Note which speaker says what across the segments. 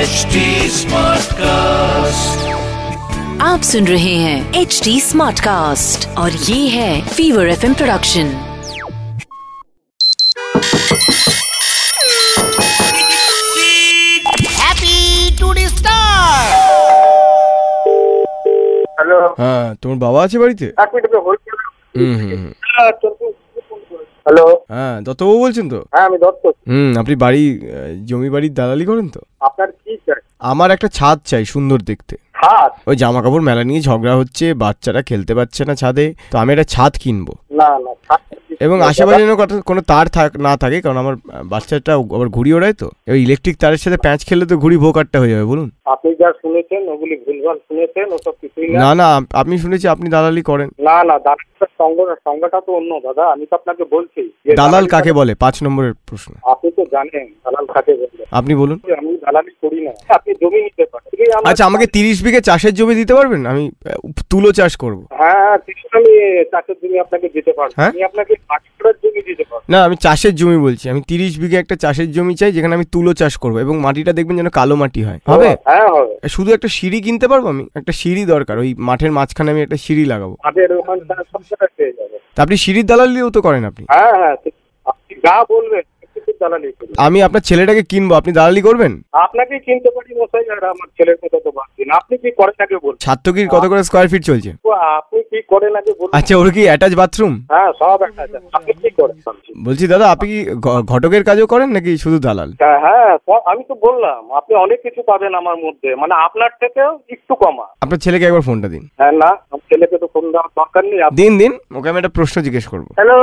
Speaker 1: HD Smartcast.
Speaker 2: आप सुन रहे हैं एच डी स्मार्ट कास्ट और ये है फीवर एफ प्रोडक्शन
Speaker 3: হ্যালো
Speaker 4: হ্যাঁ তোমার বাবা আছে বাড়িতে
Speaker 3: এক মিনিট আপনি হোল্ড করুন
Speaker 4: হুম হুম হুম।
Speaker 3: হ্যাঁ, হ্যালো
Speaker 4: হ্যাঁ দত্তবাবু বলছেন তো
Speaker 3: হ্যাঁ আমি দত্ত
Speaker 4: হুম আপনি বাড়ি আহ, জমি বাড়ির দালালি করেন তো
Speaker 3: আপনার কি চাই
Speaker 4: আমার একটা ছাদ চাই সুন্দর দেখতে
Speaker 3: হাত
Speaker 4: ওই জামা কাপড় মেলা নিয়ে ঝগড়া হচ্ছে বাচ্চারা খেলতে পারছে না ছাদে তো আমি একটা ছাদ কিনবো
Speaker 3: না না হাত
Speaker 4: এবং
Speaker 3: আচ্ছা,
Speaker 4: আশেপাশে যেন কত- কোনো তার থাক না থাকে কারণ আমার আহ, বাচ্চাটা আবার ঘুড়ি ওড়ায় তো ওই ইলেকট্রিক তারের সাথে প্যাঁচ খেললে তো ঘুড়ি ভোকারটা হয়ে যাবে বলুন
Speaker 3: আপনি যা শুনেছেন ওগুলি ভুলভাল শুনেছেন ওসব কিছুই না
Speaker 4: না না আপ- আপনি শুনেছি আপনি দালালি করেন
Speaker 3: না না দাদাটার সংগঠন সংজ্ঞাটা তো অন্য দাদা আমি তো আপনাকে বলছি যে
Speaker 4: দালাল
Speaker 3: দালালি-
Speaker 4: কাকে বলে পাঁচ নম্বরের প্রশ্ন
Speaker 3: আপনি তো জানেন দালাল কাকে বলবেন
Speaker 4: আপনি বলুন
Speaker 3: আমি দালালি করি না আপনি জমি নিতে পারেন ঠিক আছে, আমার-
Speaker 4: আচ্ছা আমাকে তিরিশ বিঘে চাষের জমি দিতে পারবেন আমি আহ, তুলো চাষ করব
Speaker 3: হ্যাঁ হ্যাঁ, ঠিক আছে, আমি চাষের জমি আপনাকে দিতে পারবো
Speaker 4: হ্যাঁ?
Speaker 3: আমি আপনাকে মাটি করার জমি দিতে পারবো
Speaker 4: না আমি চাষের জমি বলছি আমি তিরিশ বিঘে একটা চাষের জমি চাই যেখানে আমি তুলো চাষ করব এবং মাটিটা দেখবেন যেন কালো মাটি হয় হবে
Speaker 3: হ্যাঁ হবে
Speaker 4: শুধু একটা সিঁড়ি কিনতে পারবো আমি একটা সিঁড়ি দরকার ওই মাঠের মাঝখানে আমি একটা সিঁড়ি লাগাবো
Speaker 3: আমাদের ওখানে তারা সব জায়গায় পেয়ে যাবে
Speaker 4: তা আপনি সিঁড়ির দালালিও তো করেন আপনি
Speaker 3: হ্যাঁ হ্যাঁ ঠিক। আপনি যা বলবেন কিছু দালালি করি
Speaker 4: আমি আপনার ছেলেটাকে কিনবো আপনি দালালি করবেন
Speaker 3: আপনাকে চিনতে পারি মশাই আর আমার ছেলের কথা তো বাদ দিন আপনি কি করেন আগে বলুন
Speaker 4: ছাত্রকির কত করে স্কোয়ার ফিট চলছে
Speaker 3: ও, আপনি কি করেন আগে বলুন
Speaker 4: আচ্ছা ওর কি অ্যাটাচ বাথরুম
Speaker 3: হ্যাঁ সব একটা আছে। আপনি কি করেন
Speaker 4: বলছি দাদা আপনি কি ঘ- ঘটকের কাজও করেন নাকি শুধু দালাল
Speaker 3: হ্যাঁ, হ্যাঁ সব- আমি তো বললাম আপনি অনেক কিছু পাবেন আমার মধ্যে মানে আপনার থেকেও একটু কমা
Speaker 4: আপনার ছেলেকে একবার ফোনটা দিন
Speaker 3: হ্যাঁ না আমার ছেলেকে তো ফোন দেওয়ার দরকার নেই আপনি
Speaker 4: দিন দিন ওকে আমি একটা প্রশ্ন জিজ্ঞেস করবো
Speaker 3: হ্যালো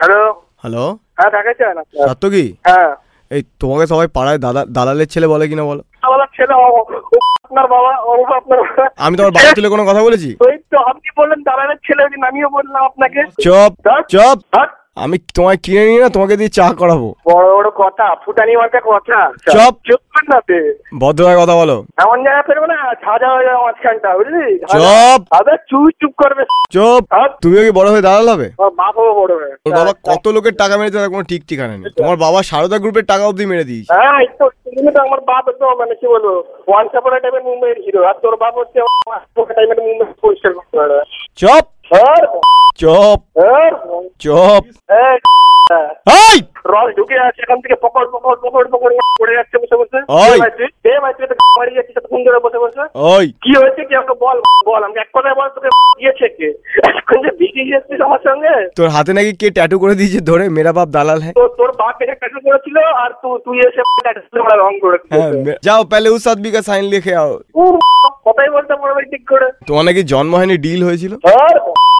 Speaker 3: হ্যালো
Speaker 4: হ্যালো
Speaker 3: হ্যাঁ কাকে চান আপনার?
Speaker 4: সাত্তকি
Speaker 3: হ্যাঁ
Speaker 4: এই তোমাকে সবাই পাড়ায় দাদা দালালের ছেলে বলে কিনা বলো
Speaker 3: আমার ছেলে ও- ও আপনার বাবা ও আপনার বাবা।
Speaker 4: আমি তোমার বাবা তুলে কোনো কথা বলেছি
Speaker 3: ওই তো আপনি বললেন দালালের ছেলে ওই দিন আমিও বললাম আপনাকে
Speaker 4: চপ
Speaker 3: ধ্যাৎ,
Speaker 4: চপ
Speaker 3: ধ্যাৎ,
Speaker 4: আমি তোমায় কিনে নিয়ে না তোমাকে দিয়ে চা করাবো
Speaker 3: বড় বড় কথা ফুটানি মার্কা কথা
Speaker 4: চুপ।
Speaker 3: চুপ কর না তে
Speaker 4: ভদ্রভাবে কথা বলো
Speaker 3: এমন জায়গা ফেরবো না সাজা হয়ে যাবে মাঝখানটা বুঝলি
Speaker 4: চুপ।
Speaker 3: আবে চুপ চুপ করবে
Speaker 4: চপ
Speaker 3: ধ্যাৎ,
Speaker 4: তুমিও কি বড় হয়ে দালাল হবে
Speaker 3: ওর বাপ হবো বড় হয়ে।
Speaker 4: ওর বাবা কত লোকের টাকা মেরেছে তার কোনো ঠিক ঠিকানা নেই তোমার বাবা সারদা গ্রুপের টাকা অবধি মেরে দিয়েছে
Speaker 3: হ্যাঁ এই তো তুমি তো আমার বাপ একদম মানে কি বলবো ওয়ান সাপোর্টার টাইপের মুম্বাইয়ের হিরো আর তোর বাপ হচ্ছে টাইপের মুম্বাই পরিষ্কার করতে পারে
Speaker 4: চপ
Speaker 3: আর
Speaker 4: চপ
Speaker 3: আর
Speaker 4: চপ
Speaker 3: এই
Speaker 4: এই
Speaker 3: রস ঢুকে আছে এখান থেকে পকড় পকড় পকড় পকড় পড়ে যাচ্ছে বসে বসে
Speaker 4: ওই।
Speaker 3: দে ভাই তুই, দে ভাই তুই তো মারি যাচ্ছিস এতক্ষণ ধরে বসে বসে
Speaker 4: ওই
Speaker 3: কি হয়েছে কি আমাকে বল বল আমাকে এক কথায় বল তোকে দিয়েছে কে এখন যে ভিডিও এসেছিস আমার সঙ্গে
Speaker 4: তোর হাতে নাকি কে ট্যাটু করে দিয়েছে ধরে মেরা বাপ দালাল হ্যাঁ
Speaker 3: তোর তোর বাপ এটা কাজ করেছিল আর তুই তুই এসে tattoo করে রং করে
Speaker 4: হ্যাঁ মে- যাও পেলে উসাদ বিকা সাইন লিখে আও
Speaker 3: ও কথাই বলতে পারবে ঠিক করে
Speaker 4: তোমার নাকি জন্ম হয়নি ডিল হয়েছিল
Speaker 3: আর